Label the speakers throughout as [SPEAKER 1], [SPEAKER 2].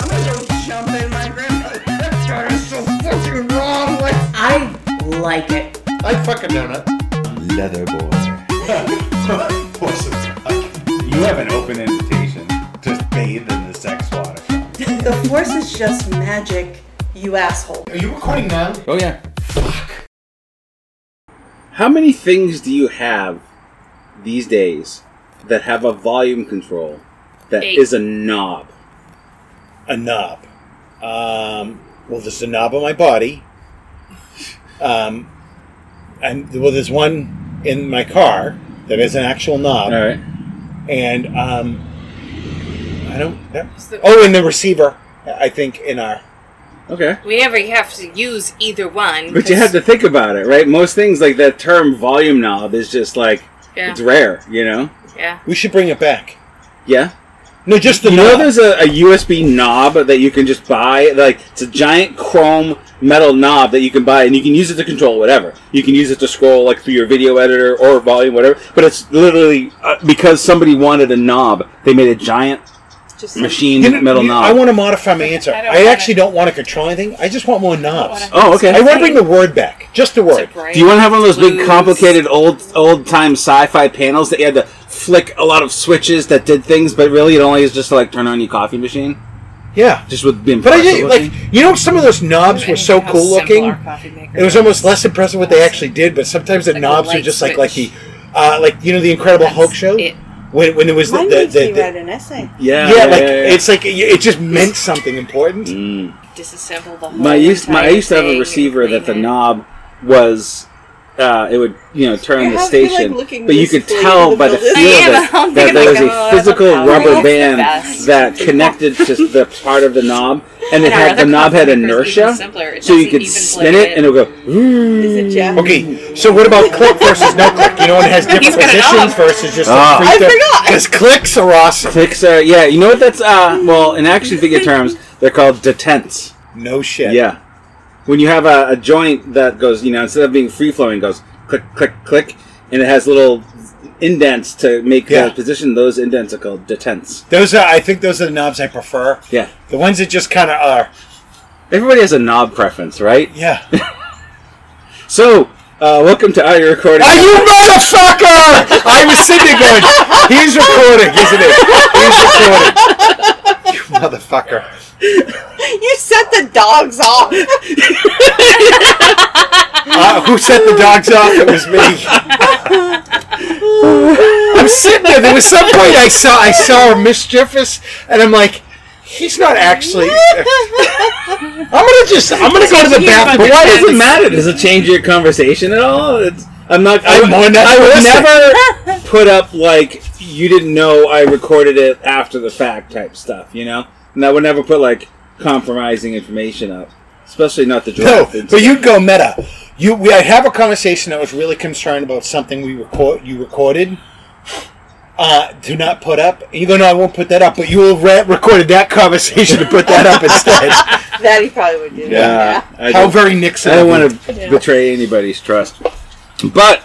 [SPEAKER 1] I'm gonna go jump in my grandmother's restaurant. It's so fucking wrong. Like,
[SPEAKER 2] I like it.
[SPEAKER 3] I fuck a donut.
[SPEAKER 4] Leather boy.
[SPEAKER 3] Poison.
[SPEAKER 5] You have an open invitation. Just bathe in the sex water.
[SPEAKER 2] The force is just magic, you asshole.
[SPEAKER 3] Are you recording now?
[SPEAKER 4] Oh yeah.
[SPEAKER 6] How many things do you have these days that have a volume control that
[SPEAKER 7] Eight.
[SPEAKER 6] is a knob?
[SPEAKER 8] a knob. Um, well, there's a knob on my body. Um, and well, there's one in my car that is an actual knob,
[SPEAKER 6] All right.
[SPEAKER 8] and um, I don't. that-
[SPEAKER 7] Is the-
[SPEAKER 8] oh, and the receiver, I think, in our.
[SPEAKER 6] Okay.
[SPEAKER 7] We never have to use either one.
[SPEAKER 6] But you have
[SPEAKER 7] 'cause-
[SPEAKER 6] to think about it, right? Most things like that term volume knob is just like
[SPEAKER 7] Yeah,
[SPEAKER 6] it's rare, you know?
[SPEAKER 7] yeah.
[SPEAKER 8] We should bring it back.
[SPEAKER 6] Yeah.
[SPEAKER 8] No, just the
[SPEAKER 6] You know
[SPEAKER 8] knob.
[SPEAKER 6] there's a, a USB knob that you can just buy like it's a giant chrome metal knob that you can buy and you can use it to control whatever. You can use it to scroll like through your video editor or volume whatever, but it's literally uh, because somebody wanted a knob, they made a giant
[SPEAKER 7] Just
[SPEAKER 6] machine
[SPEAKER 8] You know,
[SPEAKER 6] metal
[SPEAKER 8] you-
[SPEAKER 6] knob.
[SPEAKER 8] I want to modify my answer.
[SPEAKER 7] I
[SPEAKER 8] I,
[SPEAKER 7] don't wanna-
[SPEAKER 8] actually don't want to control anything. I just want more knobs.
[SPEAKER 7] wanna-
[SPEAKER 6] oh, okay.
[SPEAKER 8] I want to bring the word back. Just the word.
[SPEAKER 6] Do you want to have one of those big, complicated, old, old-time sci-fi panels that you had to flick a lot of switches that did things, but really it only is just to, like turn on your coffee machine,
[SPEAKER 8] Yeah.
[SPEAKER 6] just with being.
[SPEAKER 8] But I
[SPEAKER 6] pressed
[SPEAKER 8] did
[SPEAKER 6] or
[SPEAKER 8] like
[SPEAKER 6] something?
[SPEAKER 8] you know some of those knobs were so cool looking. It was almost less impressive what they actually did, but sometimes the
[SPEAKER 7] Like a
[SPEAKER 8] knobs are
[SPEAKER 7] light
[SPEAKER 8] just like like the
[SPEAKER 7] switch.
[SPEAKER 8] uh, like you know the Incredible
[SPEAKER 7] That's
[SPEAKER 8] Hulk show
[SPEAKER 7] it.
[SPEAKER 8] when when it was the,
[SPEAKER 2] Mine
[SPEAKER 8] the,
[SPEAKER 2] makes
[SPEAKER 8] the,
[SPEAKER 2] me
[SPEAKER 8] the-
[SPEAKER 2] write an essay.
[SPEAKER 6] yeah, Mm.
[SPEAKER 8] yeah, like it's like it- it just meant something important.
[SPEAKER 7] disassemble the whole
[SPEAKER 6] my used my I
[SPEAKER 7] entire
[SPEAKER 6] used to have a
[SPEAKER 7] thing,
[SPEAKER 6] receiver that the
[SPEAKER 7] clean it.
[SPEAKER 6] knob was. Uh, it would, you know, turn
[SPEAKER 2] You're having,
[SPEAKER 6] the
[SPEAKER 2] like,
[SPEAKER 6] station,
[SPEAKER 2] looking
[SPEAKER 6] but you could
[SPEAKER 2] wistfully
[SPEAKER 6] tell
[SPEAKER 2] into
[SPEAKER 6] by the
[SPEAKER 2] the
[SPEAKER 6] feel of
[SPEAKER 7] building. I am,
[SPEAKER 6] it
[SPEAKER 7] I'm
[SPEAKER 6] that
[SPEAKER 7] thinking
[SPEAKER 6] there was
[SPEAKER 7] like,
[SPEAKER 6] a
[SPEAKER 7] oh,
[SPEAKER 6] physical
[SPEAKER 7] that's
[SPEAKER 6] rubber
[SPEAKER 7] the
[SPEAKER 6] band
[SPEAKER 7] best.
[SPEAKER 6] that connected to the part of the knob, and it
[SPEAKER 7] And our
[SPEAKER 6] had the
[SPEAKER 7] other
[SPEAKER 6] knob had
[SPEAKER 7] coffee maker's even
[SPEAKER 6] inertia,
[SPEAKER 7] simpler. It
[SPEAKER 6] so you
[SPEAKER 7] doesn't
[SPEAKER 6] could
[SPEAKER 7] even
[SPEAKER 6] spin
[SPEAKER 7] flip
[SPEAKER 6] it, and it would go.
[SPEAKER 2] Is it Japanese?
[SPEAKER 8] Okay, so what about click versus no click? You know, it has different
[SPEAKER 7] He's got a knob.
[SPEAKER 8] positions versus just.
[SPEAKER 6] Ah.
[SPEAKER 8] Like
[SPEAKER 2] I forgot.
[SPEAKER 8] Because clicks are awesome.
[SPEAKER 6] Clicks are yeah. You know what that's uh well in action figure terms they're called detents.
[SPEAKER 8] No shit.
[SPEAKER 6] Yeah, when you have a, a joint that goes you know instead of being free flowing goes click click click and it has little indents to make
[SPEAKER 8] Yeah.
[SPEAKER 6] the position. Those indents are called detents.
[SPEAKER 8] Those are. I think those are the knobs I prefer.
[SPEAKER 6] Yeah,
[SPEAKER 8] The ones that just kind of are.
[SPEAKER 6] everybody has a knob preference, right?
[SPEAKER 8] Yeah.
[SPEAKER 6] So uh, welcome to audio recording.
[SPEAKER 8] Are you motherfucker? I was sitting there going, he's recording, isn't it? He's recording. You motherfucker.
[SPEAKER 2] You set the dogs off.
[SPEAKER 8] Uh, who set the dogs off? It was me. I'm sitting there. There was some point I saw I saw a mischievous, and I'm like, he's not actually. I'm gonna just I'm gonna go to the
[SPEAKER 6] But
[SPEAKER 8] bathroom.
[SPEAKER 6] why does it matter? Does it change your conversation at all? It's, I'm not. I,
[SPEAKER 8] I'm more not
[SPEAKER 6] I would
[SPEAKER 8] listening.
[SPEAKER 6] never put up like you didn't know I recorded it after the fact type stuff. You know, and I would never put like compromising information up, especially not the
[SPEAKER 8] No,
[SPEAKER 6] draft.
[SPEAKER 8] but you go meta. You we I have a conversation that was really concerned about something we record you recorded. Uh, do not put up. You go, no, I won't put that up. But you will re- recorded that conversation to put that up instead.
[SPEAKER 2] that he probably would do.
[SPEAKER 6] yeah, I
[SPEAKER 8] How
[SPEAKER 6] don't,
[SPEAKER 8] very Nixon.
[SPEAKER 6] I don't
[SPEAKER 8] of you.
[SPEAKER 6] want to betray anybody's trust. But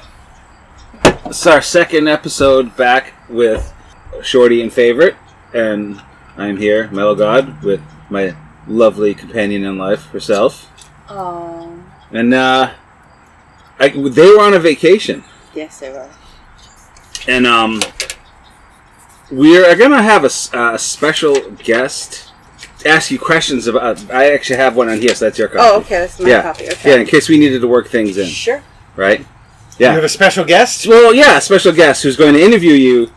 [SPEAKER 6] it's our second episode back with Shorty and Favorite, and I'm here, Metal God, with my lovely companion in life, herself.
[SPEAKER 2] Oh,
[SPEAKER 6] And uh, I, they were on a vacation,
[SPEAKER 2] yes, they were.
[SPEAKER 6] and um, we're gonna have a, s- uh, special guest ask you questions about. I actually have one on here, so that's your copy.
[SPEAKER 2] Oh, okay, that's my
[SPEAKER 6] yeah,
[SPEAKER 2] copy.
[SPEAKER 6] yeah.
[SPEAKER 2] Okay.
[SPEAKER 6] In case we needed to work things in,
[SPEAKER 2] Sure.
[SPEAKER 6] right?
[SPEAKER 8] You have
[SPEAKER 6] Yeah.
[SPEAKER 8] a special guest.
[SPEAKER 6] Well, yeah. a Special guest who's going to interview you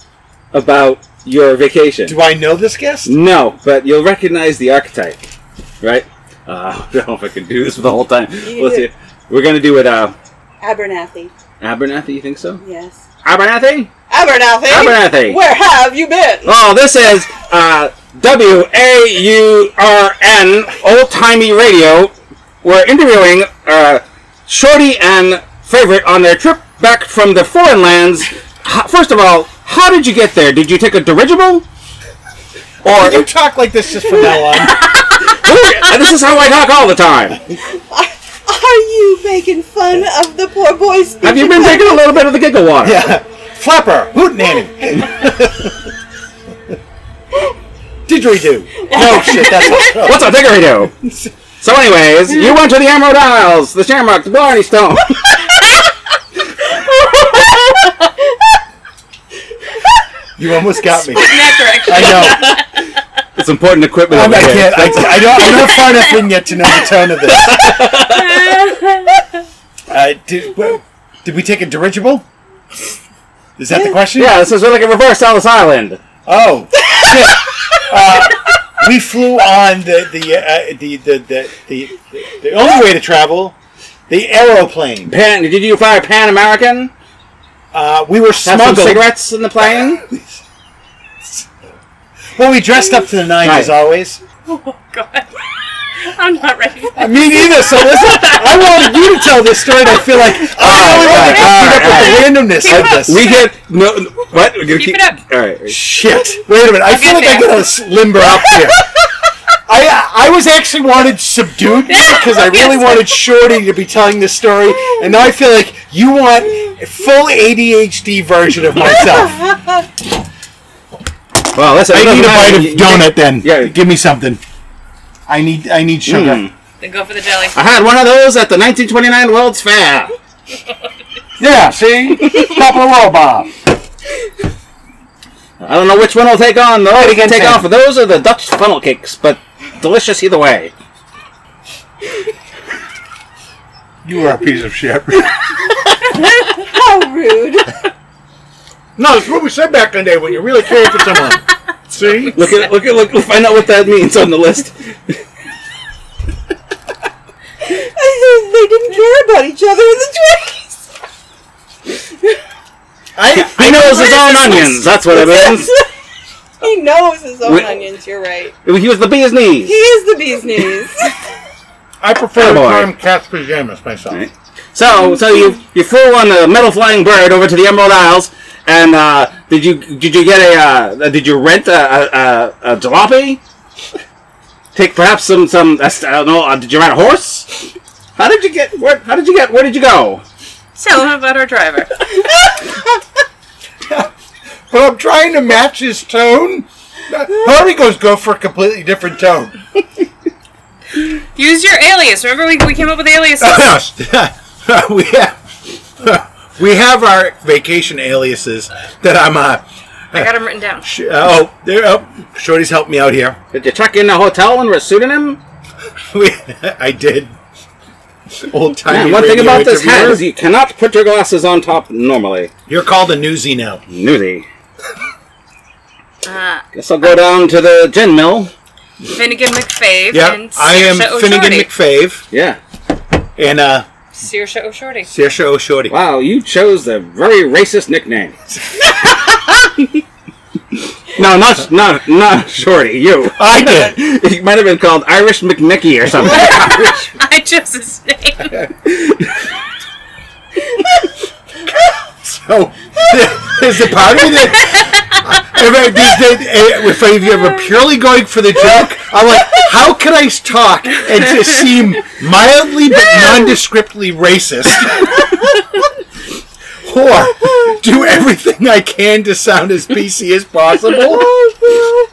[SPEAKER 6] about your vacation.
[SPEAKER 8] Do I know this guest?
[SPEAKER 6] No, but you'll recognize the archetype, right? Uh, I don't know if I can do this for the whole time.
[SPEAKER 2] can
[SPEAKER 6] Let's
[SPEAKER 2] do
[SPEAKER 6] see. We're gonna do it. Uh,
[SPEAKER 2] Abernathy.
[SPEAKER 6] Abernathy. You think so?
[SPEAKER 2] Yes.
[SPEAKER 6] Abernathy.
[SPEAKER 2] Abernathy.
[SPEAKER 6] Abernathy.
[SPEAKER 2] Where have you been?
[SPEAKER 6] Oh, this is uh, W A U R N Old Timey Radio. We're interviewing uh, Shorty and Favorite on their trip back from the foreign lands. H- First of all, how did you get there? Did you take a dirigible? Or
[SPEAKER 8] You talk like this just from now on.
[SPEAKER 6] this is how I talk all the time.
[SPEAKER 2] Are you making fun of the poor boy's
[SPEAKER 6] Have you been taking a little bit of the giggle water?
[SPEAKER 8] yeah. Flapper, hootenanny. didgeridoo. No shit, that's what
[SPEAKER 6] What's a didgeridoo? so, anyways, you went to the Emerald Isles, the Shamrock, the Blarney Stone.
[SPEAKER 8] you almost got me.
[SPEAKER 7] Nectar.
[SPEAKER 8] I know.
[SPEAKER 6] it's important equipment.
[SPEAKER 8] I'm,
[SPEAKER 6] over
[SPEAKER 8] I
[SPEAKER 6] here.
[SPEAKER 8] can't. I, I don't, I'm not far enough in yet to know the tone of this. Uh, did, wh- did we take a dirigible? Is that the question?
[SPEAKER 6] Yeah, this is like a reverse Ellis Island.
[SPEAKER 8] Oh shit! Uh, we flew on the the, uh, the the the the the only way to travel, the aeroplane.
[SPEAKER 6] Pan, did you fly Pan American?
[SPEAKER 8] Uh, we were
[SPEAKER 6] Have some
[SPEAKER 8] smuggled.
[SPEAKER 6] cigarettes in the plane?
[SPEAKER 8] Well, we dressed up to the nines as
[SPEAKER 6] Right.
[SPEAKER 8] always.
[SPEAKER 7] Oh, God. I'm not ready for that.
[SPEAKER 8] Me neither. So listen, I wanted you to tell this story. And I feel like oh,
[SPEAKER 6] right,
[SPEAKER 8] I really want to keep up with the randomness of this.
[SPEAKER 6] We get no. no- What? Keep,
[SPEAKER 7] it up.
[SPEAKER 6] All right.
[SPEAKER 8] Shit! Wait a minute. I feel like I
[SPEAKER 7] there.
[SPEAKER 8] gotta s- limber up here. I I was actually wanted subdued because I really wanted Shorty to be telling this story, and now I feel like you want a full ADHD version of myself.
[SPEAKER 6] Well, listen. it doesn't matter. You- you-
[SPEAKER 8] then.
[SPEAKER 6] Yeah.
[SPEAKER 8] Give me something. I need I need sugar.
[SPEAKER 5] Hmm.
[SPEAKER 6] Mm.
[SPEAKER 7] Then go for the jelly.
[SPEAKER 6] I had one of those at the 1929 World's Fair.
[SPEAKER 8] Yeah. See, pop a roll, Bob.
[SPEAKER 6] I don't know which one will take on. Those
[SPEAKER 8] again,
[SPEAKER 6] take
[SPEAKER 8] Sam.
[SPEAKER 6] off. Those are the Dutch funnel cakes, but delicious either way.
[SPEAKER 5] You were a piece of shit.
[SPEAKER 2] How rude.
[SPEAKER 8] No, that's what we said back in the day when you really cared for someone. See,
[SPEAKER 6] Look at look at look. Find out what that means on the list.
[SPEAKER 2] they didn't care about each other in the 20s.
[SPEAKER 8] I
[SPEAKER 6] He knows his own onions. That's what it means.
[SPEAKER 2] he knows his own
[SPEAKER 6] Wait.
[SPEAKER 2] onions, you're right.
[SPEAKER 6] He was the bee's
[SPEAKER 2] He
[SPEAKER 6] knees.
[SPEAKER 2] is the bee's knees.
[SPEAKER 8] I prefer
[SPEAKER 6] Attaboy.
[SPEAKER 8] cat's pajamas myself.
[SPEAKER 6] So so you you flew on the metal flying bird over to the Emerald Isles, and uh, did you did you get a uh, did you rent a a, a, a jalopy? Take perhaps some some I don't know. Uh, did you ride a horse? How did you get where? How did you get where did you go?
[SPEAKER 7] Tell him about our driver.
[SPEAKER 8] But I'm trying to match his tone. Harvey goes go for a completely different tone.
[SPEAKER 7] Use your alias. Remember, we, we came up with aliases.
[SPEAKER 8] we have we have our vacation aliases that I'm uh,
[SPEAKER 7] I got them written down.
[SPEAKER 8] sh- oh there oh Shorty's helped me out here.
[SPEAKER 6] Did you check in the hotel under a pseudonym?
[SPEAKER 8] We, I did. Old time.
[SPEAKER 6] And one thing about this hat is you cannot put your glasses on top normally.
[SPEAKER 8] you're called a newsie now.
[SPEAKER 6] Nudie.
[SPEAKER 7] Uh,
[SPEAKER 6] Guess I'll go down to the gin mill.
[SPEAKER 7] Finnegan McFave
[SPEAKER 8] Yeah,
[SPEAKER 7] and
[SPEAKER 8] I am
[SPEAKER 7] Saoirse
[SPEAKER 8] Finnegan
[SPEAKER 7] O'Shorty.
[SPEAKER 8] McFave
[SPEAKER 6] Yeah.
[SPEAKER 8] and uh,
[SPEAKER 7] Saoirse O'Shorty.
[SPEAKER 8] Saoirse O'Shorty.
[SPEAKER 6] Wow, you chose the very racist nickname. no, not not not Shorty. You.
[SPEAKER 8] I did.
[SPEAKER 6] You might have been called Irish McNicky or something.
[SPEAKER 7] I chose his name.
[SPEAKER 8] Oh, there's a part of me that if, I did- did- if I- if you were purely going for the joke, I'm like, how can I talk and just seem mildly but nondescriptly racist? or do everything I can to sound as PC as possible?
[SPEAKER 2] oh, God.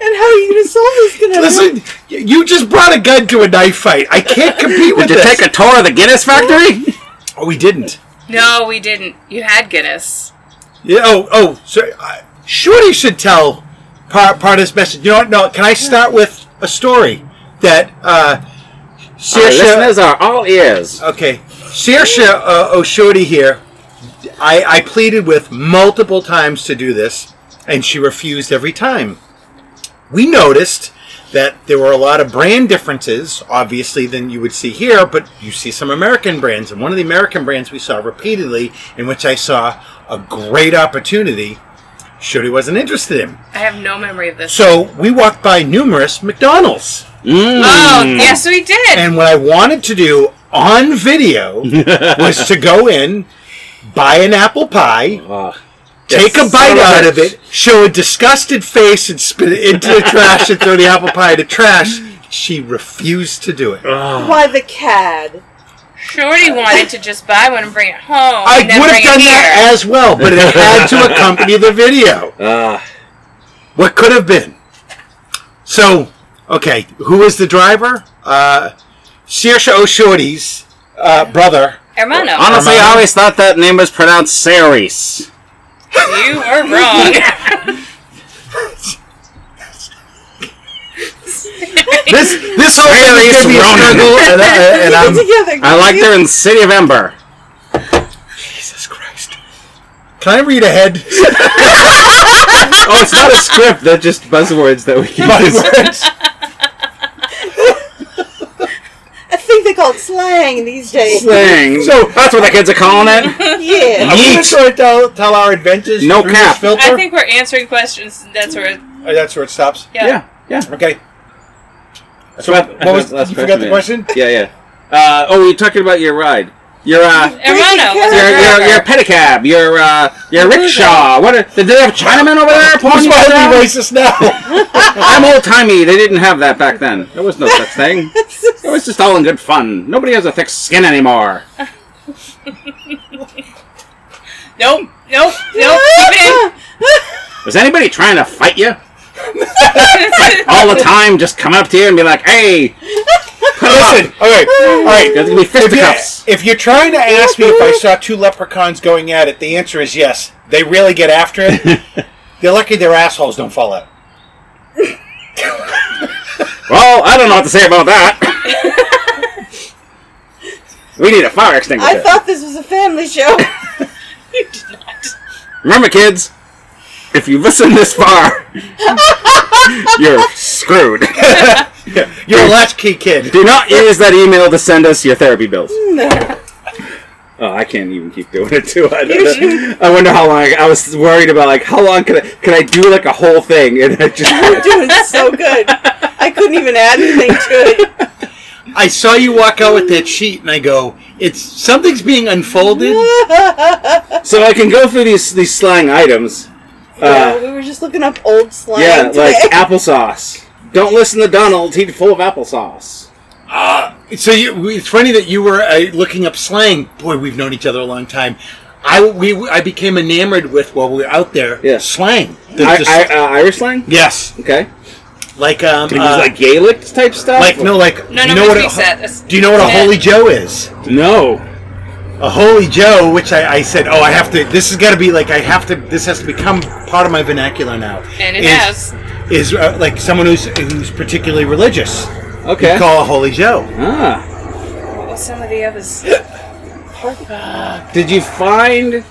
[SPEAKER 2] And how are you going to solve this? Gonna
[SPEAKER 8] Listen, you just brought a gun to a knife fight. I can't compete with
[SPEAKER 6] Did you
[SPEAKER 8] this.
[SPEAKER 6] take a tour of the Guinness factory?
[SPEAKER 8] oh, we didn't.
[SPEAKER 7] no, we didn't. You had Guinness.
[SPEAKER 8] Yeah. Oh. Oh. So, uh, Shorty should tell part part of this message. You know what? No. Can I start with a story that uh,
[SPEAKER 6] Our
[SPEAKER 8] Saoirse?
[SPEAKER 6] listeners are all ears.
[SPEAKER 8] okay, Saoirse uh, O'Shorty here. I I pleaded with multiple times to do this, and she refused every time. We noticed that there were a lot of brand differences, obviously, than you would see here, but you see some American brands. And one of the American brands we saw repeatedly, in which I saw a great opportunity, Shorty wasn't interested in.
[SPEAKER 7] I have no memory of this.
[SPEAKER 8] So we walked by numerous McDonald's. Hmm.
[SPEAKER 7] oh,
[SPEAKER 6] Mm.
[SPEAKER 7] yes, we did.
[SPEAKER 8] And what I wanted to do on video was to go in, buy an apple pie, take a bite out of it, show a disgusted face, and spit it into the trash and throw the apple pie in the trash. She refused to do it.
[SPEAKER 2] Why the cad?
[SPEAKER 7] Shorty wanted to just buy one and bring it home.
[SPEAKER 8] I
[SPEAKER 7] and then
[SPEAKER 8] would have
[SPEAKER 7] bring it
[SPEAKER 8] done
[SPEAKER 7] here.
[SPEAKER 8] that as well, but it had to accompany the video.
[SPEAKER 6] Ah.
[SPEAKER 8] What could have been? So, okay, who is the driver? Uh, Saoirse O'Shorty's uh, brother.
[SPEAKER 7] Hermano,
[SPEAKER 6] Honestly, I always thought that name was pronounced Ceres.
[SPEAKER 7] you were wrong.
[SPEAKER 8] This this whole thing
[SPEAKER 6] Release
[SPEAKER 8] is gonna be a
[SPEAKER 6] Ronan.
[SPEAKER 8] struggle, and, I, and I'm
[SPEAKER 2] together.
[SPEAKER 6] I like they're in the City of Ember.
[SPEAKER 8] Jesus Christ. Can I read ahead?
[SPEAKER 4] Oh, it's not a script. They're just buzzwords that we use.
[SPEAKER 8] Buzzwords.
[SPEAKER 2] I think they call it slang these days.
[SPEAKER 6] Slang. So that's what the kids are calling it.
[SPEAKER 2] Yeah.
[SPEAKER 8] Are we gonna try to tell, tell our adventures?
[SPEAKER 6] No
[SPEAKER 8] through
[SPEAKER 6] cap.
[SPEAKER 8] This filter?
[SPEAKER 7] I think we're answering questions. That's where.
[SPEAKER 8] Oh, that's where it stops.
[SPEAKER 7] Yeah.
[SPEAKER 4] yeah.
[SPEAKER 8] Okay. So
[SPEAKER 4] That's
[SPEAKER 8] what was
[SPEAKER 4] last
[SPEAKER 8] you forgot the
[SPEAKER 4] question,
[SPEAKER 8] question?
[SPEAKER 4] Yeah, yeah.
[SPEAKER 6] Uh, oh, you're talking about your ride. Your uh,
[SPEAKER 7] Hermano,
[SPEAKER 2] Breaking
[SPEAKER 7] what's
[SPEAKER 6] your
[SPEAKER 7] your
[SPEAKER 6] your, your
[SPEAKER 7] driver?
[SPEAKER 6] pedicab. Your uh, your rickshaw. What? Are, did they have Chinamen over there?
[SPEAKER 8] Who's
[SPEAKER 6] pulling you
[SPEAKER 8] why
[SPEAKER 6] down?
[SPEAKER 8] are we racist now?
[SPEAKER 6] I'm old timey. They didn't have that back then. There was no such thing. It was just all in good fun. Nobody has a thick skin anymore.
[SPEAKER 7] Nope, nope, nope. Keep it
[SPEAKER 2] Ah,
[SPEAKER 6] Was anybody trying to fight you
[SPEAKER 7] in.
[SPEAKER 6] all the time? Just come up to you and be like, "Hey,
[SPEAKER 8] Listen, okay, all right.
[SPEAKER 6] there's gonna be
[SPEAKER 8] If
[SPEAKER 6] fisticuffs."
[SPEAKER 8] you're, if you're trying to ask me if I saw two leprechauns going at it, the answer is yes. They really get after it. they're lucky their assholes don't fall out.
[SPEAKER 6] Well, I don't know what to say about that. we need a fire extinguisher.
[SPEAKER 2] I thought this was a family show.
[SPEAKER 7] you did not.
[SPEAKER 6] Remember, kids, if you listen this far, you're screwed.
[SPEAKER 8] You're a latchkey kid.
[SPEAKER 6] Do not use that email to send us your therapy bills.
[SPEAKER 2] No.
[SPEAKER 6] Oh, I can't even keep doing it too. I, don't know. I wonder how long. I was worried about like how long could I could I do like a whole thing and I
[SPEAKER 2] You're
[SPEAKER 6] just
[SPEAKER 2] doing so good. I couldn't even add anything to it.
[SPEAKER 8] I saw you walk out with that sheet, and I go, "It's something's being unfolded."
[SPEAKER 6] so I can go through these these slang items.
[SPEAKER 2] No,
[SPEAKER 6] Uh,
[SPEAKER 2] we were just looking up old slang.
[SPEAKER 6] yeah,
[SPEAKER 2] today.
[SPEAKER 6] like applesauce. Don't listen to Donald. He's full of applesauce.
[SPEAKER 8] Uh, So you, it's funny that you were uh, looking up slang. Boy, we've known each other a long time. I we I became enamored with while we were out there.
[SPEAKER 6] Yeah.
[SPEAKER 8] slang. The-
[SPEAKER 6] I,
[SPEAKER 8] the-
[SPEAKER 6] I, uh, Irish slang.
[SPEAKER 8] yes,
[SPEAKER 6] Okay,
[SPEAKER 8] like um,
[SPEAKER 6] Can you
[SPEAKER 8] uh,
[SPEAKER 6] use like Gaelic type stuff.
[SPEAKER 8] like no, like
[SPEAKER 7] No,
[SPEAKER 8] you
[SPEAKER 7] no,
[SPEAKER 8] know what?
[SPEAKER 7] we
[SPEAKER 8] A,
[SPEAKER 7] fix that. That's-
[SPEAKER 8] do you know what a
[SPEAKER 7] yeah.
[SPEAKER 8] holy Joe is?
[SPEAKER 6] no.
[SPEAKER 8] A holy Joe, which I, I said, oh, I have to. This is got to be like I have to. This has to become part of my vernacular now.
[SPEAKER 7] And it
[SPEAKER 8] is,
[SPEAKER 7] has.
[SPEAKER 8] is uh, like someone who's who's particularly religious.
[SPEAKER 6] Okay.
[SPEAKER 8] You call a holy Joe.
[SPEAKER 6] ah.
[SPEAKER 7] Well, some of the others.
[SPEAKER 6] Did you find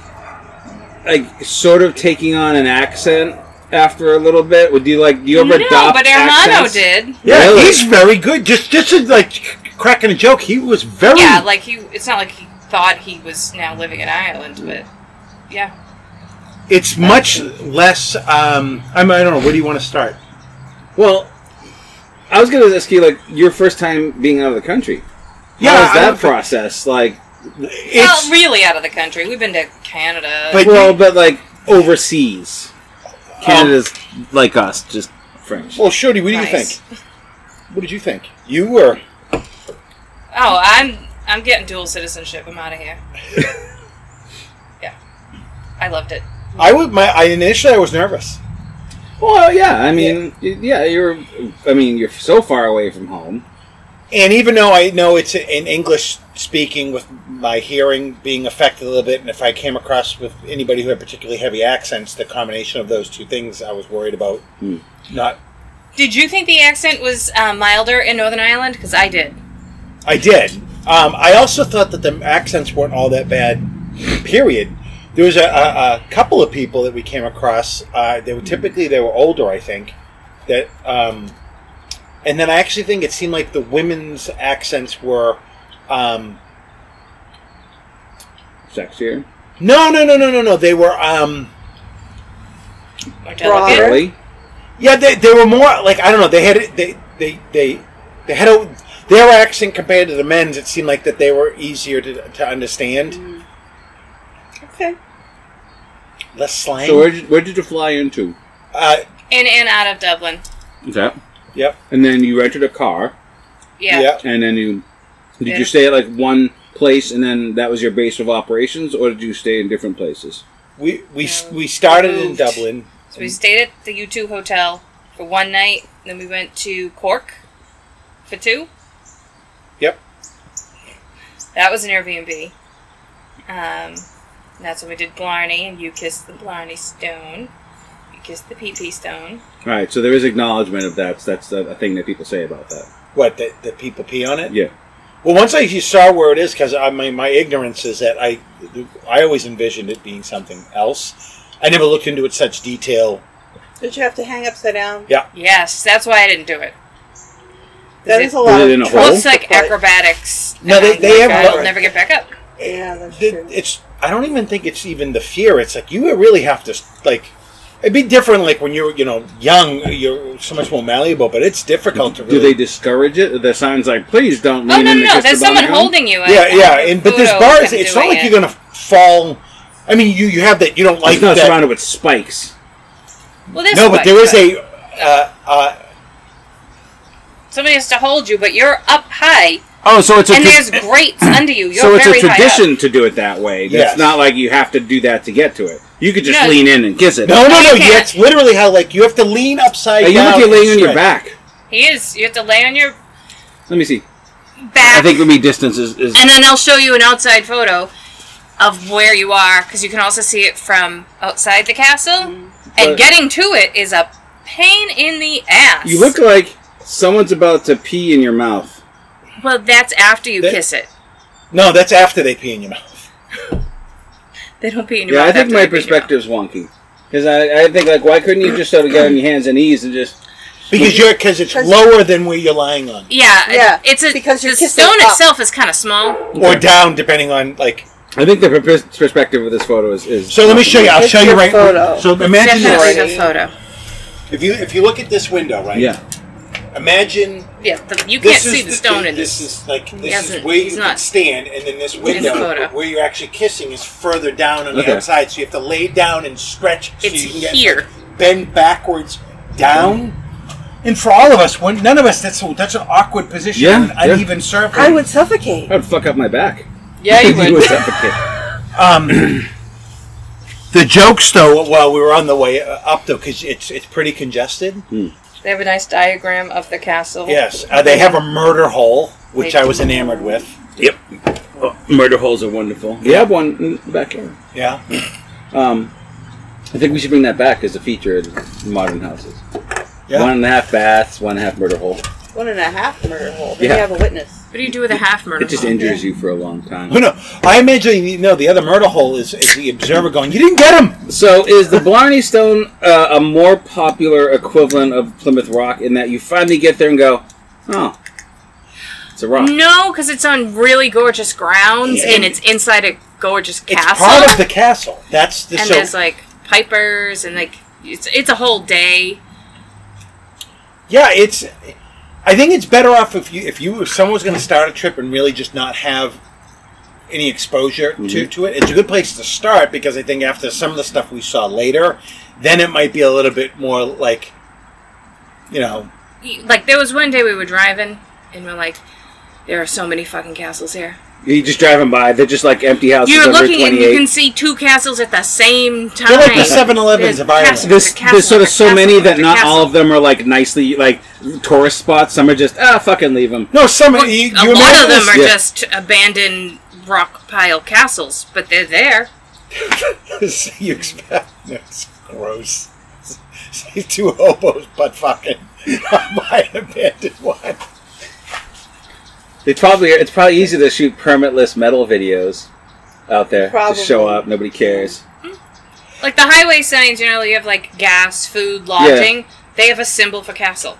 [SPEAKER 6] like sort of taking on an accent after a little bit? Would you like you ever
[SPEAKER 7] no,
[SPEAKER 6] adopt
[SPEAKER 7] but Hermano
[SPEAKER 6] accents?
[SPEAKER 7] did.
[SPEAKER 8] Yeah,
[SPEAKER 6] Really?
[SPEAKER 8] he's very good. Just just in, like cracking a joke, he was very.
[SPEAKER 7] Yeah, like he. It's not like he thought he was now living in Ireland, but yeah.
[SPEAKER 8] it's much less. Um, I, mean, I don't know. Where do you want to start?
[SPEAKER 6] Well, I was gonna ask you like your first time being out of the country. How was
[SPEAKER 8] I
[SPEAKER 6] that
[SPEAKER 8] don't think-
[SPEAKER 6] process? Like,
[SPEAKER 8] It's
[SPEAKER 7] well, really out of the country. We've been to Canada.
[SPEAKER 8] But- Um,
[SPEAKER 6] well, but like overseas, Canada's like us, just French.
[SPEAKER 8] well, Shorty, what do you
[SPEAKER 7] Nice.
[SPEAKER 8] think? What did you think? You were
[SPEAKER 7] oh, I'm I'm getting dual citizenship. I'm out of here. yeah, I loved it.
[SPEAKER 8] I would my I initially I was nervous.
[SPEAKER 6] Well, yeah, I mean, y- yeah, you're. I mean, you're so far away from home.
[SPEAKER 8] And even though I know it's in English speaking with my hearing being affected a little bit, and if I came across with anybody who had particularly heavy accents, the combination of those two things I was worried about
[SPEAKER 6] Hmm.
[SPEAKER 8] not.
[SPEAKER 7] Did you think the accent was uh, milder in Northern Ireland? Because I did.
[SPEAKER 8] I did. Um, I also thought that the accents weren't all that bad, period. There was a, a, a couple of people that we came across. Uh, they were typically they were older, I think. That um, and then I actually think it seemed like the women's accents were um,
[SPEAKER 6] Sexier,
[SPEAKER 8] No, no, no, no, no, no. They were um
[SPEAKER 7] More delicate.
[SPEAKER 2] Broader.
[SPEAKER 6] really.
[SPEAKER 8] yeah, they, they were more like I don't know, they had they they they they had a their accent compared to the men's it seemed like that they were easier to, to understand.
[SPEAKER 2] okay.
[SPEAKER 8] Less slang.
[SPEAKER 6] So where did, where did you fly into?
[SPEAKER 8] uh
[SPEAKER 7] In and out of Dublin.
[SPEAKER 6] Okay.
[SPEAKER 8] Yep.
[SPEAKER 6] And then you rented a car,
[SPEAKER 7] Yeah.
[SPEAKER 6] and then you did
[SPEAKER 7] Yeah.
[SPEAKER 6] you stay at like one place, and then that was your base of operations, or did you stay in different places?
[SPEAKER 8] We we we started in
[SPEAKER 7] Moved.
[SPEAKER 8] Dublin.
[SPEAKER 7] It's So we stayed at the U2 hotel for one night, then we went to Cork for two.
[SPEAKER 8] Yep.
[SPEAKER 7] That was an Airbnb. Um, and that's when we did Blarney, and you kissed the Blarney stone. You kissed the PP stone.
[SPEAKER 6] All right, so there is acknowledgement of that. So that's a, a thing that people say about that.
[SPEAKER 8] What that the people pee on it?
[SPEAKER 6] Yeah.
[SPEAKER 8] Well, once I you saw where it is, because I my, my ignorance is that I I always envisioned it being something else. I never looked into it such detail.
[SPEAKER 2] Did you have to hang upside down?
[SPEAKER 7] Yes, that's why I didn't do it.
[SPEAKER 2] That
[SPEAKER 7] Is
[SPEAKER 2] is
[SPEAKER 7] it-
[SPEAKER 2] a lot
[SPEAKER 6] Is
[SPEAKER 2] of
[SPEAKER 6] it in a
[SPEAKER 2] trust
[SPEAKER 6] hole?
[SPEAKER 7] Looks like
[SPEAKER 2] to put-
[SPEAKER 7] acrobatics.
[SPEAKER 8] No,
[SPEAKER 7] and
[SPEAKER 8] they-
[SPEAKER 7] I'm
[SPEAKER 8] they
[SPEAKER 7] like,
[SPEAKER 8] have-
[SPEAKER 7] I'll never get back up.
[SPEAKER 2] Yeah, that's
[SPEAKER 8] The-
[SPEAKER 2] true.
[SPEAKER 8] It's I don't even think it's even the fear. It's like you really have to like. It'd be different like when you're you know young. You're so much more malleable, but it's difficult to really.
[SPEAKER 6] Do they discourage it? The signs like, please don't
[SPEAKER 7] Oh
[SPEAKER 6] lean
[SPEAKER 7] no,
[SPEAKER 6] in
[SPEAKER 7] no,
[SPEAKER 6] to
[SPEAKER 7] no!
[SPEAKER 6] kiss
[SPEAKER 7] There's
[SPEAKER 6] the
[SPEAKER 7] someone
[SPEAKER 6] bongo."
[SPEAKER 7] holding you. I-
[SPEAKER 8] yeah,
[SPEAKER 7] I
[SPEAKER 8] yeah,
[SPEAKER 7] remember
[SPEAKER 8] and but this
[SPEAKER 7] Fudo
[SPEAKER 8] bar,
[SPEAKER 7] kept
[SPEAKER 8] it's, it's not
[SPEAKER 7] doing
[SPEAKER 8] like
[SPEAKER 7] it.
[SPEAKER 8] you're gonna fall. I mean, you you have that you don't like
[SPEAKER 6] It's not
[SPEAKER 8] that.
[SPEAKER 6] surrounded with spikes.
[SPEAKER 7] Well, there's
[SPEAKER 8] no, but there is
[SPEAKER 7] a.
[SPEAKER 8] a. Uh, uh,
[SPEAKER 7] Somebody has to hold you, but you're up high,
[SPEAKER 6] Oh, so it's a
[SPEAKER 7] and
[SPEAKER 6] tra-
[SPEAKER 7] there's grates under you. You're
[SPEAKER 6] so it's a
[SPEAKER 7] very high up.
[SPEAKER 6] tradition to do it that way. It's
[SPEAKER 8] Yes.
[SPEAKER 6] not like you have to do that to get to it. You could just
[SPEAKER 7] No.
[SPEAKER 6] lean in and kiss it.
[SPEAKER 8] no, no, no!
[SPEAKER 7] you
[SPEAKER 8] Yeah, it's literally how like you have to lean upside
[SPEAKER 6] Hey, you
[SPEAKER 8] down.
[SPEAKER 6] look you're laying
[SPEAKER 8] and
[SPEAKER 6] on your
[SPEAKER 8] stretch.
[SPEAKER 6] back.
[SPEAKER 7] He is. You have to lay on your
[SPEAKER 6] Let me see.
[SPEAKER 7] back,
[SPEAKER 6] I think maybe distance is, is
[SPEAKER 7] and then they'll show you an outside photo of where you are, because you can also see it from outside the castle. And
[SPEAKER 6] But-
[SPEAKER 7] getting to it is a pain in the ass.
[SPEAKER 6] you look like someone's about to pee in your mouth.
[SPEAKER 7] Well, that's after you
[SPEAKER 8] That-
[SPEAKER 7] kiss it.
[SPEAKER 8] No, that's after they pee in your mouth.
[SPEAKER 7] They don't pee in your
[SPEAKER 6] Yeah, I
[SPEAKER 7] mouth.
[SPEAKER 6] think
[SPEAKER 7] after
[SPEAKER 6] my
[SPEAKER 7] they pee in your mouth.
[SPEAKER 6] perspective's wonky. Because I, I think like why couldn't you just sort of get on your hands and knees and just
[SPEAKER 8] Because you're because it's
[SPEAKER 2] 'Cause-
[SPEAKER 8] lower than where you're lying on
[SPEAKER 7] Yeah,
[SPEAKER 2] Yeah,
[SPEAKER 7] It's a
[SPEAKER 2] because you're
[SPEAKER 7] the
[SPEAKER 2] kissing
[SPEAKER 7] stone
[SPEAKER 2] up.
[SPEAKER 7] itself is kind of small.
[SPEAKER 8] or down, depending on like.
[SPEAKER 6] I think the pers- perspective of this photo is, is
[SPEAKER 8] So let me show you. I'll
[SPEAKER 2] It's
[SPEAKER 8] show you
[SPEAKER 2] your
[SPEAKER 8] right.
[SPEAKER 2] photo.
[SPEAKER 8] So imagine
[SPEAKER 7] Definitely
[SPEAKER 8] this.
[SPEAKER 2] Alright.
[SPEAKER 7] the photo.
[SPEAKER 8] If you if you look at this window, right?
[SPEAKER 6] Yeah,
[SPEAKER 8] Imagine
[SPEAKER 7] Yeah, the, you can't see
[SPEAKER 8] is
[SPEAKER 7] the stone in this.
[SPEAKER 8] this is like this
[SPEAKER 7] Yes,
[SPEAKER 8] is where you
[SPEAKER 7] he's
[SPEAKER 8] can
[SPEAKER 7] not.
[SPEAKER 8] stand, and then this
[SPEAKER 7] photo.
[SPEAKER 8] window where you're actually kissing is further down on
[SPEAKER 6] Okay.
[SPEAKER 8] the outside. So you have to lay down and stretch. So
[SPEAKER 7] It's
[SPEAKER 8] you can get,
[SPEAKER 7] here.
[SPEAKER 8] like, bend backwards down. And for all of us, when none of us, that's a, that's an awkward position.
[SPEAKER 6] Yeah,
[SPEAKER 8] an
[SPEAKER 6] yeah.
[SPEAKER 8] uneven surface.
[SPEAKER 2] I would suffocate.
[SPEAKER 6] I would fuck up my back.
[SPEAKER 7] Yeah, you
[SPEAKER 6] You
[SPEAKER 7] would.
[SPEAKER 6] would suffocate.
[SPEAKER 8] Um, The jokes though, while we were on the way uh, up though, because it's it's pretty congested.
[SPEAKER 7] They have a nice diagram of the castle.
[SPEAKER 8] Yes, uh, they have a murder hole, which I was enamored with. Oh,
[SPEAKER 6] Murder holes are wonderful. We have one in the backyard.
[SPEAKER 8] Yeah.
[SPEAKER 6] Um, I think we should bring that back as a feature in modern houses.
[SPEAKER 8] Yeah.
[SPEAKER 6] One and a half baths, one and a half murder hole.
[SPEAKER 2] One and a half murder hole. Then
[SPEAKER 6] Yeah.
[SPEAKER 2] you have a witness.
[SPEAKER 7] What do you do with a half murder?
[SPEAKER 6] It just
[SPEAKER 7] hole?
[SPEAKER 6] injures you for a long
[SPEAKER 8] No,
[SPEAKER 6] time.
[SPEAKER 8] no. I imagine you know the other murder hole is, is the observer going, "You didn't get him."
[SPEAKER 6] So, is the Blarney Stone uh, a more popular equivalent of Plymouth Rock in that you finally get there and go, oh, it's a rock?
[SPEAKER 7] No, because it's on really gorgeous grounds and it's inside a gorgeous
[SPEAKER 8] It's
[SPEAKER 7] castle.
[SPEAKER 8] part of the castle. That's the
[SPEAKER 7] and
[SPEAKER 8] so.
[SPEAKER 7] there's like pipers and like it's it's a whole day.
[SPEAKER 8] yeah, it's. I think it's better off if you if you if someone's going to start a trip and really just not have any exposure to to it. It's a good place to start because I think after some of the stuff we saw later, then it might be a little bit more like, you know,
[SPEAKER 7] You- Like there was one day we were driving and we're like, there are so many fucking castles here.
[SPEAKER 6] You're just driving by, they're just like empty houses
[SPEAKER 7] You're
[SPEAKER 6] on Route
[SPEAKER 7] looking and you
[SPEAKER 6] 28.
[SPEAKER 7] can see two castles at the same time.
[SPEAKER 8] they're like the Seven Elevens of Ireland.
[SPEAKER 7] castle-
[SPEAKER 6] There's,
[SPEAKER 7] There's a
[SPEAKER 6] there's sort of
[SPEAKER 7] castle,
[SPEAKER 6] so many
[SPEAKER 7] there's a
[SPEAKER 6] that not
[SPEAKER 7] castle.
[SPEAKER 6] all of them are like nicely like tourist spots. Some are just ah fucking leave them.
[SPEAKER 8] No, some
[SPEAKER 7] Well,
[SPEAKER 8] you, you
[SPEAKER 7] a lot
[SPEAKER 8] imagine
[SPEAKER 7] of them
[SPEAKER 8] this-
[SPEAKER 7] are
[SPEAKER 6] Yeah.
[SPEAKER 7] just abandoned rock pile castles, but they're there.
[SPEAKER 8] As you expect. That's gross. See two hobos butt fucking on my abandoned one.
[SPEAKER 6] They probably it's probably easy to shoot permitless metal videos out there.
[SPEAKER 2] Probably.
[SPEAKER 6] Just show up, nobody cares.
[SPEAKER 7] Like the highway signs, you know, you have like gas, food, lodging. They have a symbol for castle.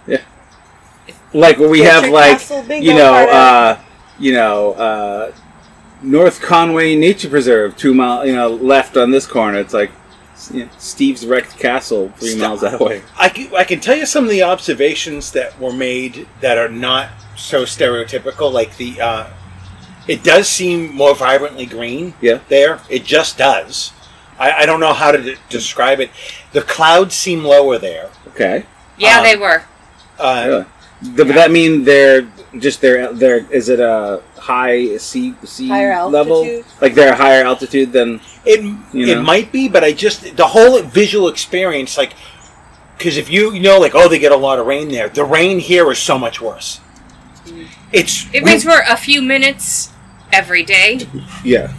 [SPEAKER 6] Like we
[SPEAKER 2] Picture
[SPEAKER 6] have like
[SPEAKER 2] Castle Bingo
[SPEAKER 6] you know
[SPEAKER 2] Party.
[SPEAKER 6] uh, you know uh, North Conway Nature Preserve two mile you know left on this corner. It's like you know, Steve's wrecked castle three miles that way.
[SPEAKER 8] I can, I can tell you some of the observations that were made that are not so stereotypical. Like the, uh, it does seem more vibrantly green.
[SPEAKER 6] Yeah.
[SPEAKER 8] There, it just does. I, I don't know how to de- describe it. The clouds seem lower there.
[SPEAKER 6] Okay,
[SPEAKER 7] Yeah,
[SPEAKER 8] Um,
[SPEAKER 7] they were.
[SPEAKER 8] Uh,
[SPEAKER 6] really. Th- But that mean they're just their their is it a high sea sea
[SPEAKER 2] Higher
[SPEAKER 6] level?
[SPEAKER 2] altitude?
[SPEAKER 6] Like they're higher altitude than
[SPEAKER 8] It
[SPEAKER 6] You know?
[SPEAKER 8] it might be, but I just the whole visual experience, like, because if you you know, like, oh, they get a lot of rain there. The rain here is so much worse. It's
[SPEAKER 7] It
[SPEAKER 8] we-
[SPEAKER 7] rains for a few minutes every day,
[SPEAKER 6] yeah.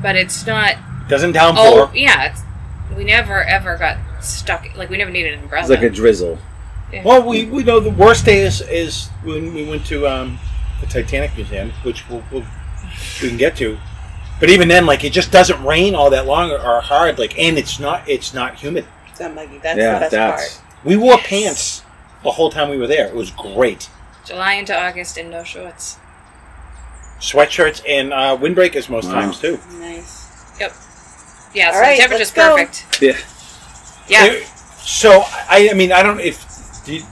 [SPEAKER 7] but it's not.
[SPEAKER 8] doesn't downpour.
[SPEAKER 7] Oh, yeah. It's, we never ever got stuck. Like we never needed an umbrella.
[SPEAKER 6] It's like a drizzle.
[SPEAKER 8] Well, we, we know the worst day is is when we went to um, the Titanic Museum, which we'll, we'll, we can get to. But even then, like, it just doesn't rain all that long or, or hard. Like, and it's not it's not humid.
[SPEAKER 2] It's not muggy. That's the
[SPEAKER 6] yeah,
[SPEAKER 2] best
[SPEAKER 6] that's
[SPEAKER 2] part.
[SPEAKER 8] We wore
[SPEAKER 7] Yes.
[SPEAKER 8] pants the whole time we were there. It was great.
[SPEAKER 7] July into August and no shorts.
[SPEAKER 8] Sweatshirts and uh, windbreakers most
[SPEAKER 6] Wow.
[SPEAKER 8] times too.
[SPEAKER 2] Nice.
[SPEAKER 7] Yeah,
[SPEAKER 2] All
[SPEAKER 7] so
[SPEAKER 2] right,
[SPEAKER 7] the temperature's
[SPEAKER 2] let's go.
[SPEAKER 7] perfect.
[SPEAKER 6] yeah.
[SPEAKER 7] Yeah.
[SPEAKER 8] It- so I, I mean, I don't if do you,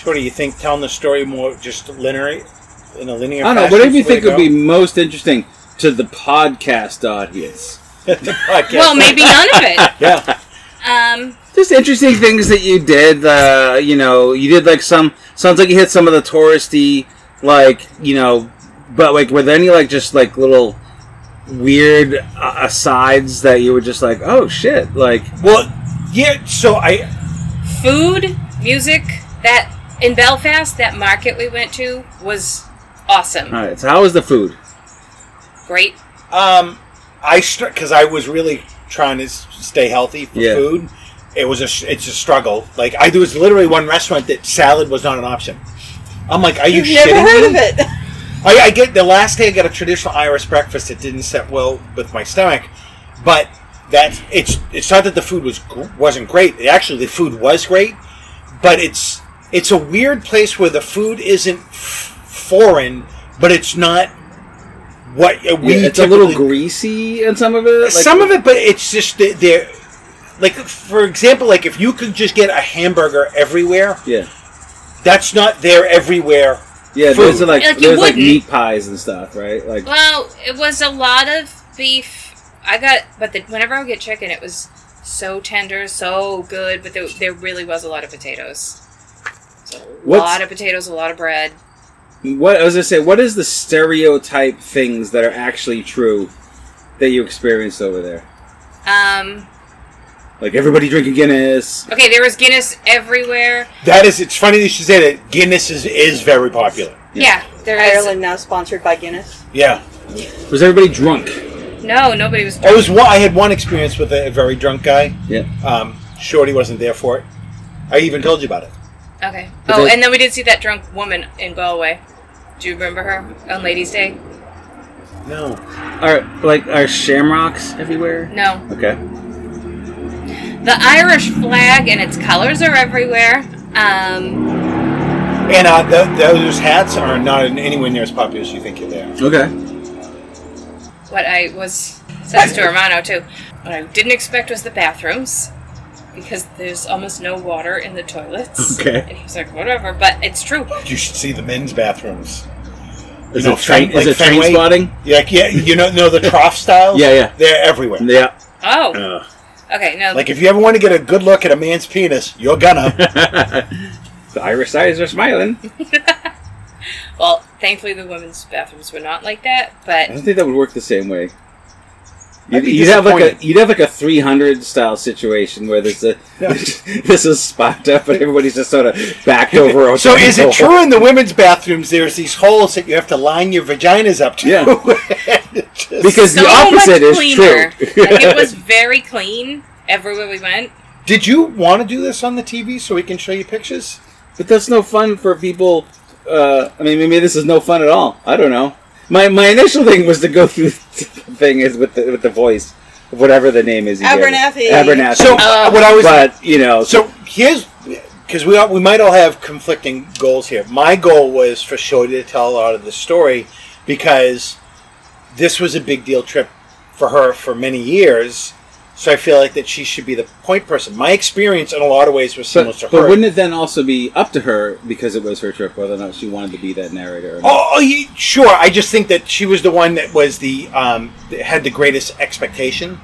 [SPEAKER 8] Tori, you think telling the story more just linear in a linear.
[SPEAKER 6] I don't know.
[SPEAKER 8] fashion
[SPEAKER 6] Whatever
[SPEAKER 8] is
[SPEAKER 6] you
[SPEAKER 8] the way
[SPEAKER 6] think
[SPEAKER 8] to
[SPEAKER 6] would
[SPEAKER 8] go?
[SPEAKER 6] be most interesting to the podcast audience.
[SPEAKER 8] The podcast.
[SPEAKER 7] well, maybe none of it.
[SPEAKER 8] Yeah.
[SPEAKER 7] Um,
[SPEAKER 6] Just interesting things that you did. Uh, you know, you did like some. Sounds like you hit some of the touristy, like you know, but like were there any like just like little weird uh, asides that you were just like, oh shit, like
[SPEAKER 8] Well, yeah. So I
[SPEAKER 7] food, music. That in Belfast, that market we went to was awesome.
[SPEAKER 6] all right. So how was the food?
[SPEAKER 7] Great.
[SPEAKER 8] um I because I was really trying to s- stay healthy for
[SPEAKER 6] Yeah.
[SPEAKER 8] food. It was a sh- it's a struggle. Like I there was literally one restaurant that salad was not an option. I'm like, are you
[SPEAKER 2] You've never
[SPEAKER 8] shitting
[SPEAKER 2] heard
[SPEAKER 8] me?
[SPEAKER 2] of it.
[SPEAKER 8] I, I get the last day I got a traditional Irish breakfast. It didn't set well with my stomach, but that it's it's not that the food was gr- wasn't great. Actually, the food was great, but it's it's a weird place where the food isn't f- foreign, but it's not what uh, we.
[SPEAKER 6] Yeah, it's a little
[SPEAKER 8] typically-
[SPEAKER 6] greasy in some of it. Like,
[SPEAKER 8] some of it, but it's just they- they're like for example, like if you could just get a hamburger everywhere,
[SPEAKER 6] Yeah,
[SPEAKER 8] that's not there everywhere.
[SPEAKER 6] yeah.
[SPEAKER 8] Food.
[SPEAKER 6] There's like,
[SPEAKER 7] Like, you
[SPEAKER 6] there's like
[SPEAKER 7] wouldn't.
[SPEAKER 6] meat pies and stuff, right? Like
[SPEAKER 7] Well, it was a lot of beef. I got, but the, whenever I would get chicken, it was so tender, so good. But there, there really was a lot of potatoes. So a
[SPEAKER 6] What's-
[SPEAKER 7] lot of potatoes, a lot of bread.
[SPEAKER 6] what I was gonna say. What is the stereotype things that are actually true that you experienced over there?
[SPEAKER 7] Um,
[SPEAKER 6] Like everybody drinking Guinness.
[SPEAKER 7] okay, there was Guinness everywhere.
[SPEAKER 8] That is, it's funny that you should say that Guinness is, is very popular.
[SPEAKER 7] Yeah, there is.
[SPEAKER 2] Ireland now sponsored by Guinness.
[SPEAKER 8] Yeah.
[SPEAKER 6] Was everybody drunk?
[SPEAKER 7] No, nobody was.
[SPEAKER 8] I was one, I had one experience with a, a very drunk guy.
[SPEAKER 6] Yeah.
[SPEAKER 8] Um, Shorty wasn't there for it. I even told you about it.
[SPEAKER 7] Okay.
[SPEAKER 6] But
[SPEAKER 7] Oh,
[SPEAKER 6] they-
[SPEAKER 7] and then we did see that drunk woman in Galway. Do you remember her on Ladies' Day?
[SPEAKER 8] No.
[SPEAKER 6] Are like are shamrocks everywhere?
[SPEAKER 7] No.
[SPEAKER 6] Okay.
[SPEAKER 7] The Irish flag and its colors are everywhere. Um,
[SPEAKER 8] And uh, th those hats are not in anywhere near as popular as you think they are.
[SPEAKER 6] Okay.
[SPEAKER 7] what I was says to Romano too. What I didn't expect was the bathrooms, because there's almost no water in the toilets.
[SPEAKER 6] Okay.
[SPEAKER 7] And he was like, whatever, but it's true.
[SPEAKER 8] You should see the men's bathrooms.
[SPEAKER 6] Is
[SPEAKER 8] know,
[SPEAKER 6] it train?
[SPEAKER 8] Fen- like Oh.
[SPEAKER 6] is it train
[SPEAKER 8] Fenway?
[SPEAKER 6] spotting?
[SPEAKER 8] Yeah, like, yeah, you know, know the trough styles?
[SPEAKER 6] Yeah, yeah.
[SPEAKER 8] They're everywhere.
[SPEAKER 6] Yeah.
[SPEAKER 7] Oh. Okay. No.
[SPEAKER 8] Like if you ever want to get a good look at a man's penis, you're gonna.
[SPEAKER 6] The Irish eyes are smiling.
[SPEAKER 7] well, thankfully the women's bathrooms were not like that,
[SPEAKER 6] I
[SPEAKER 7] but
[SPEAKER 6] don't think that would work the same way. You'd,
[SPEAKER 8] be
[SPEAKER 6] you'd have like a
[SPEAKER 8] disappointed.
[SPEAKER 6] you'd have like a three hundred style situation where there's a this is spot up and everybody's just sort of backed over.
[SPEAKER 8] so is it
[SPEAKER 6] onto the
[SPEAKER 8] true in the women's bathrooms there's these holes that you have to line your vaginas up to?
[SPEAKER 6] Yeah.
[SPEAKER 8] Just-
[SPEAKER 6] Because
[SPEAKER 7] so
[SPEAKER 6] the opposite
[SPEAKER 7] much
[SPEAKER 6] is
[SPEAKER 7] cleaner.
[SPEAKER 6] true.
[SPEAKER 7] like it was very clean everywhere we went.
[SPEAKER 8] Did you want to do this on the TV so we can show you pictures?
[SPEAKER 6] But that's no fun for people. Uh, I mean, maybe this is no fun at all. I don't know. My my initial thing was to go through the thing is with the with the voice, whatever the name is. you gave it.
[SPEAKER 2] Abernathy.
[SPEAKER 6] Abernathy.
[SPEAKER 8] So what I was
[SPEAKER 6] but you know, so
[SPEAKER 8] so here's because we all, we might all have conflicting goals here. My goal was for Shodi to tell a lot of the story because this was a big deal trip for her for many years. So I feel like that she should be the point person. My experience in a lot of ways was similar
[SPEAKER 6] but,
[SPEAKER 8] to
[SPEAKER 6] but
[SPEAKER 8] her.
[SPEAKER 6] wouldn't it then also be up to her because it was her trip, whether or not she wanted to be that narrator? Or not?
[SPEAKER 8] Oh, oh, ye- sure. I just think that she was the one that was the um, that had the greatest expectation,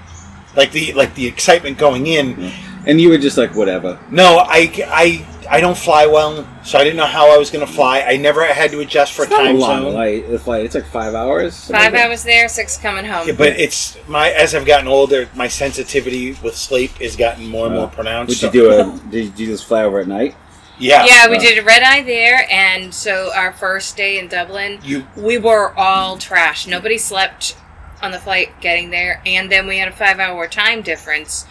[SPEAKER 8] like the like the excitement going in,
[SPEAKER 6] and you were just like, whatever.
[SPEAKER 8] No, I, I, I don't fly well, so I didn't know how I was going to fly. I never had to adjust for
[SPEAKER 6] It's not a
[SPEAKER 8] time
[SPEAKER 6] long
[SPEAKER 8] zone.
[SPEAKER 6] flight. The flight. It's like five hours.
[SPEAKER 7] Five hours there, six coming home.
[SPEAKER 8] Yeah, but it's my as I've gotten older, my sensitivity with sleep has gotten more and
[SPEAKER 6] Uh,
[SPEAKER 8] more pronounced.
[SPEAKER 6] Would you
[SPEAKER 8] so-
[SPEAKER 6] do a? Did you just fly over at night?
[SPEAKER 8] Yeah,
[SPEAKER 7] yeah, we
[SPEAKER 6] Yeah.
[SPEAKER 7] did a red eye there, and so our first day in Dublin,
[SPEAKER 8] You
[SPEAKER 7] we were all trash. Nobody slept on the flight getting there, and then we had a five hour time difference.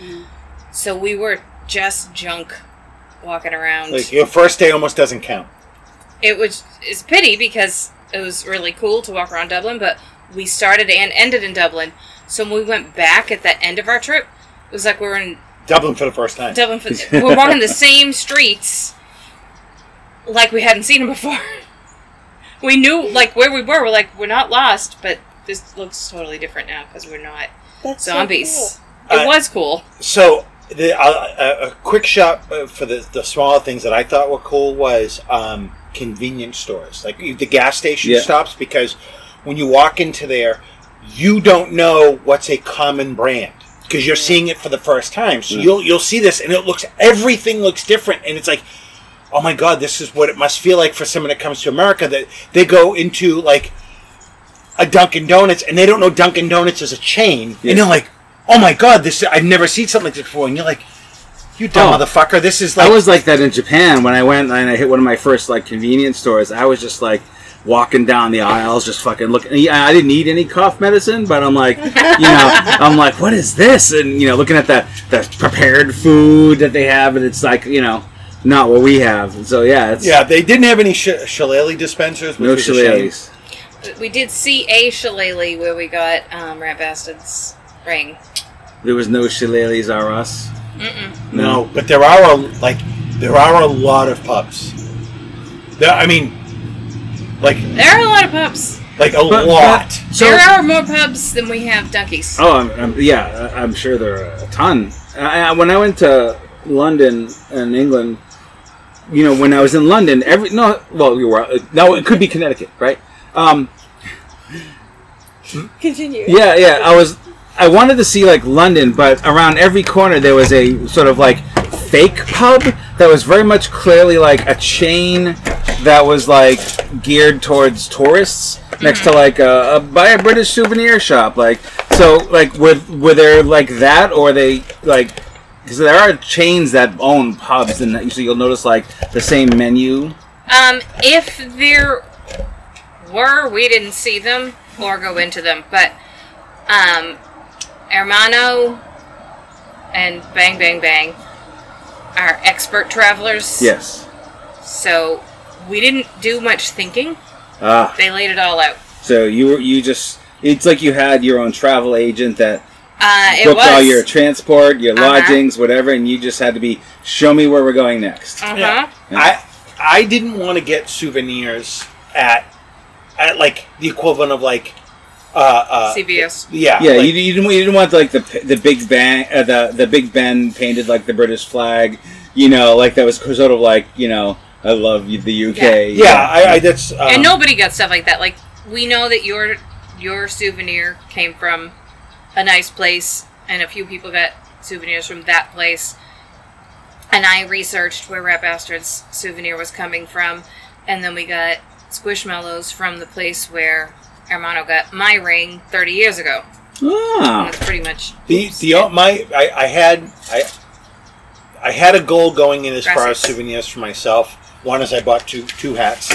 [SPEAKER 7] So we were just junk walking around.
[SPEAKER 8] like your first day almost doesn't count.
[SPEAKER 7] it was it's a pity because it was really cool to walk around Dublin, but we started and ended in Dublin. So when we went back at the end of our trip, it was like we were in
[SPEAKER 8] Dublin for the first time.
[SPEAKER 7] Dublin. For, we're walking the same streets, like we hadn't seen them before. We knew like where we were. We're like we're not lost, but this looks totally different now because we're not
[SPEAKER 2] That's so
[SPEAKER 7] zombies.
[SPEAKER 8] Uh,
[SPEAKER 7] It was cool.
[SPEAKER 8] So the, uh, a, a quick shop uh, for the, the smaller things that I thought were cool was um, convenience stores, like the gas station
[SPEAKER 6] Yeah.
[SPEAKER 8] stops, because when you walk into there, you don't know what's a common brand because you're seeing it for the first time. So you'll you'll see this, and it looks everything looks different, and it's like. Oh my God! This is what it must feel like for someone that comes to America. That they go into like a Dunkin' Donuts and they don't know Dunkin' Donuts is a chain,
[SPEAKER 6] Yeah.
[SPEAKER 8] and they're like, "Oh my God, this! I've never seen something like this before." And you're like, "You dumb
[SPEAKER 6] Oh.
[SPEAKER 8] motherfucker! This is like
[SPEAKER 6] I was like that in Japan when I went and I hit one of my first like convenience stores. I was just like walking down the aisles, just fucking looking. Yeah, I didn't need any cough medicine, but I'm like, you know, I'm like, what is this? And you know, looking at the the prepared food that they have, and it's like, you know, not what we have. And so yeah, it's
[SPEAKER 8] yeah." They didn't have any sh- shillelagh dispensers. Which
[SPEAKER 6] no
[SPEAKER 8] was a shame.
[SPEAKER 6] shillelaghs.
[SPEAKER 7] We did see a shillelagh where we got um, Rat Bastard's ring.
[SPEAKER 6] There was no shillelaghs are us.
[SPEAKER 8] No, but there are a, like there are a lot of pubs. There, I mean, like
[SPEAKER 7] There are a lot of pubs.
[SPEAKER 8] like a
[SPEAKER 6] But-
[SPEAKER 8] lot.
[SPEAKER 6] but- so
[SPEAKER 7] there are more pubs than we have donkeys.
[SPEAKER 6] Oh, I'm, I'm, yeah, I- I'm sure there are a ton. I, I- when I went to London and England, you know, when I was in London, every no, well, you were no, it could be Connecticut, right? Um,
[SPEAKER 2] cool. Continue.
[SPEAKER 6] yeah, yeah, I was, I wanted to see like London, but around every corner there was a sort of like fake pub that was very much clearly like a chain that was like geared towards tourists next to like a, a buy a British souvenir shop. Like so, like with were they like that or they like because there are chains that own pubs and that- so you'll notice like the same menu.
[SPEAKER 7] Um, if there were, we didn't see them or go into them, but um, Hermano and Bang Bang Bang are expert travelers.
[SPEAKER 6] Yes.
[SPEAKER 7] So we didn't do much thinking.
[SPEAKER 6] Ah.
[SPEAKER 7] They laid it all out.
[SPEAKER 6] So you were you just it's like you had your own travel agent that
[SPEAKER 7] Uh, it
[SPEAKER 6] booked
[SPEAKER 7] was.
[SPEAKER 6] all your transport, your
[SPEAKER 7] Uh-huh.
[SPEAKER 6] lodgings, whatever, and you just had to be show me where we're going next.
[SPEAKER 7] uh-huh.
[SPEAKER 8] Yeah. I I didn't want to get souvenirs at at like the equivalent of like uh, uh
[SPEAKER 7] CVS.
[SPEAKER 8] yeah
[SPEAKER 6] yeah,
[SPEAKER 8] like-
[SPEAKER 6] you, you didn't you didn't want like the p- the Big Bang uh, the the Big Ben painted like the British flag, you know, like that was sort of like you know I love you- the UK.
[SPEAKER 8] yeah, I, I that's um,
[SPEAKER 7] and nobody got stuff like that. Like we know that your your souvenir came from a nice place, and a few people got souvenirs from that place. And I researched where Rat Bastard's souvenir was coming from, and then we got Squishmallows from the place where Hermano got my ring 30 years ago. And
[SPEAKER 6] Ah,
[SPEAKER 7] that's pretty much
[SPEAKER 8] the the uh, my I, I had I I had a goal going in as far as
[SPEAKER 7] Dresses.
[SPEAKER 8] souvenirs for myself. One is I bought two two hats.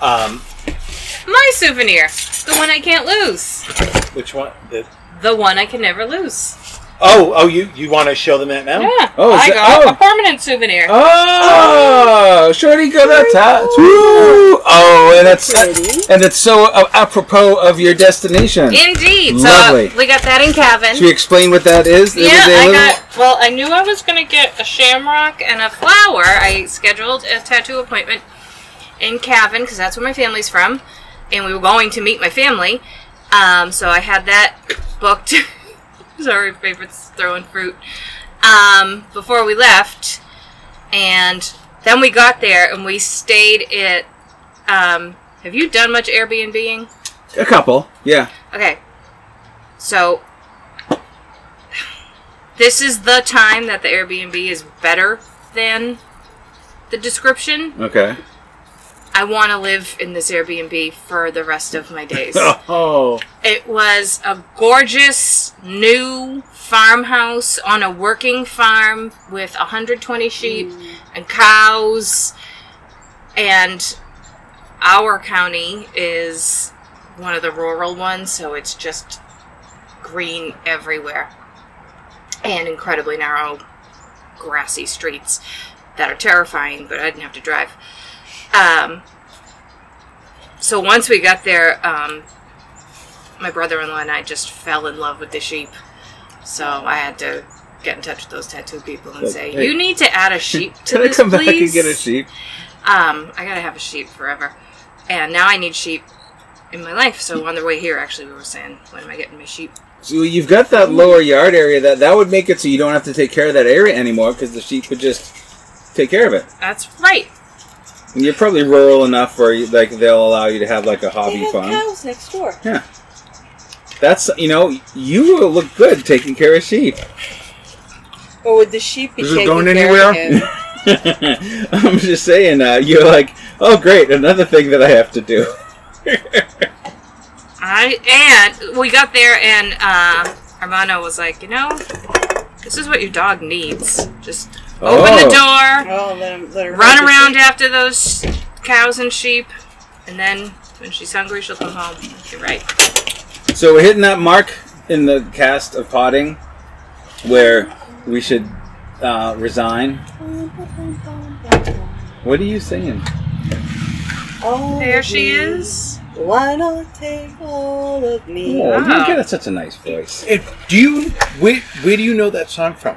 [SPEAKER 8] Um,
[SPEAKER 7] my souvenir, the one I can't lose,
[SPEAKER 8] which one? The,
[SPEAKER 7] the one I can never lose.
[SPEAKER 8] oh oh you you want to show them that now?
[SPEAKER 7] Yeah,
[SPEAKER 6] Oh, is
[SPEAKER 7] I
[SPEAKER 6] that-
[SPEAKER 7] got
[SPEAKER 6] oh.
[SPEAKER 7] a permanent souvenir.
[SPEAKER 6] oh, shorty got a tattoo. Oh, and that's and it's so uh, apropos of your destination.
[SPEAKER 7] Indeed. So
[SPEAKER 6] Lovely.
[SPEAKER 7] we got that in Cavan.
[SPEAKER 6] Should we explain what that is? It
[SPEAKER 7] Yeah,
[SPEAKER 6] was a
[SPEAKER 7] I
[SPEAKER 6] little-
[SPEAKER 7] got. Well, I knew I was gonna get a shamrock and a flower. I scheduled a tattoo appointment in Cavan because that's where my family's from, and we were going to meet my family. Um, so I had that booked. Sorry, favorites throwing fruit. Um, before we left, and then we got there and we stayed at. Um, have you done much Airbnb-ing?
[SPEAKER 6] A couple, yeah.
[SPEAKER 7] Okay. So This is the time that the Airbnb is better than the description.
[SPEAKER 6] Okay.
[SPEAKER 7] I want to live in this Airbnb for the rest of my days.
[SPEAKER 6] Oh.
[SPEAKER 7] It was a gorgeous new farmhouse on a working farm with 120 sheep and cows. And our county is one of the rural ones, so it's just green everywhere and incredibly narrow, grassy streets that are terrifying, but I didn't have to drive. Um, so once we got there, um, my brother-in-law and I just fell in love with the sheep. So I had to get in touch with those tattoo people and say,
[SPEAKER 6] hey.
[SPEAKER 7] "You need to add a sheep to
[SPEAKER 6] Can I
[SPEAKER 7] this,
[SPEAKER 6] come
[SPEAKER 7] please."
[SPEAKER 6] back and get a sheep?
[SPEAKER 7] Um, I gotta have a sheep forever, and now I need sheep in my life. So on the way here, actually, we were saying, "When am I getting my sheep?"
[SPEAKER 6] So you've got that lower yard area that that would make it so you don't have to take care of that area anymore because the sheep would just take care of it.
[SPEAKER 7] That's right.
[SPEAKER 6] And you're probably rural enough where you, like they'll allow you to have like a
[SPEAKER 2] They
[SPEAKER 6] hobby
[SPEAKER 2] have
[SPEAKER 6] farm.
[SPEAKER 2] cows next door.
[SPEAKER 6] That's you know you will look good taking care of sheep.
[SPEAKER 2] Or would the sheep be
[SPEAKER 9] Is it
[SPEAKER 2] taking
[SPEAKER 9] going
[SPEAKER 2] care of
[SPEAKER 9] anywhere?
[SPEAKER 2] him?
[SPEAKER 6] I'm just saying uh, you're like oh great another thing that I have to do.
[SPEAKER 7] I and we got there, and uh, Armando was like, "You know, this is what your dog needs. Just open the door,
[SPEAKER 2] Oh, let him, let her
[SPEAKER 7] run
[SPEAKER 2] have the
[SPEAKER 7] around
[SPEAKER 2] sheep.
[SPEAKER 7] after those cows and sheep, and then when she's hungry, she'll come home." You're right.
[SPEAKER 6] So we're hitting that mark in the cast of potting where we should uh, resign. What are you saying?
[SPEAKER 2] All
[SPEAKER 7] There
[SPEAKER 2] of
[SPEAKER 7] she
[SPEAKER 2] me.
[SPEAKER 7] is.
[SPEAKER 2] Why not take all of me?
[SPEAKER 6] Oh,
[SPEAKER 7] Wow.
[SPEAKER 6] you got such a nice voice.
[SPEAKER 8] It, do you where, where do you know that song from?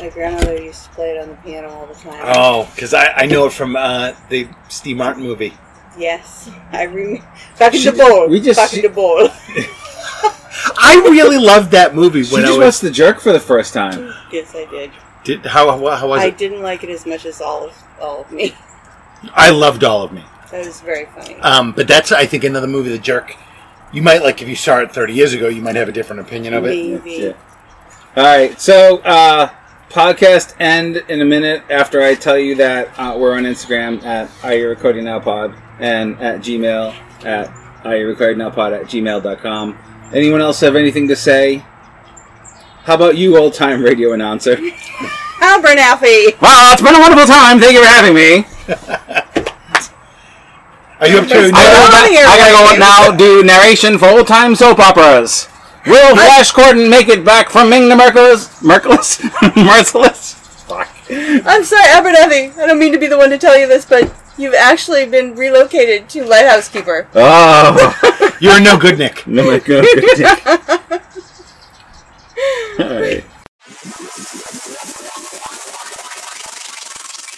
[SPEAKER 2] My grandmother used to play it on the piano all the time.
[SPEAKER 8] Oh, because I, I know it from uh, the Steve Martin movie.
[SPEAKER 2] Yes, I remember. Back in
[SPEAKER 6] She
[SPEAKER 2] the bowl.
[SPEAKER 6] we just-
[SPEAKER 2] back in the bowl.
[SPEAKER 8] I really loved that movie
[SPEAKER 6] She
[SPEAKER 8] when I
[SPEAKER 6] just
[SPEAKER 8] was.
[SPEAKER 6] watched the jerk for the first time.
[SPEAKER 2] yes, I did.
[SPEAKER 8] Did, how, how, how was
[SPEAKER 2] I
[SPEAKER 8] it?
[SPEAKER 2] didn't like it as much as all of all of me.
[SPEAKER 8] I loved all of me.
[SPEAKER 2] That was very funny.
[SPEAKER 8] Um, but that's I think another movie, The Jerk. You might like if you saw it 30 years ago, you might have a different opinion of it.
[SPEAKER 2] Maybe.
[SPEAKER 6] Yeah. All right, so uh, podcast end in a minute after I tell you that uh, we're on Instagram at Are You Recording Now Pod and at Gmail at Are You Recording Now Pod at gmail.com. Anyone else have anything to say? How about you, old time radio announcer?
[SPEAKER 2] Albert Alfie.
[SPEAKER 9] Well, it's been a wonderful time. Thank you for having me.
[SPEAKER 8] Are you up to?
[SPEAKER 9] I,
[SPEAKER 2] Get out of here,
[SPEAKER 9] I gotta go
[SPEAKER 2] Ryan.
[SPEAKER 9] now do narration for old time soap operas. Will Flash Gordon make it back from Ming the Merciless? Merciless? Merciless? Fuck.
[SPEAKER 2] I'm sorry, Albert Alfie. I don't mean to be the one to tell you this, but you've actually been relocated to lighthouse keeper.
[SPEAKER 6] Oh,
[SPEAKER 8] You're no good, Nick.
[SPEAKER 6] no, my God. All right.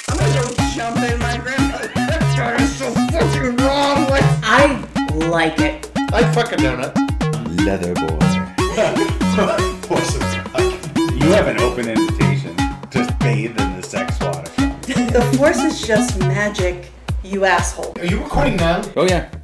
[SPEAKER 10] I'm gonna jump in my grandmother. That's right, it's so fucking wrong. Like,
[SPEAKER 11] I like it.
[SPEAKER 12] I fuck a donut.
[SPEAKER 13] Leather boy.
[SPEAKER 12] Poison.
[SPEAKER 13] You have an open invitation. Just bathe in the sex water.
[SPEAKER 11] The force is just magic, you asshole.
[SPEAKER 12] Are you recording now?
[SPEAKER 6] Oh, yeah.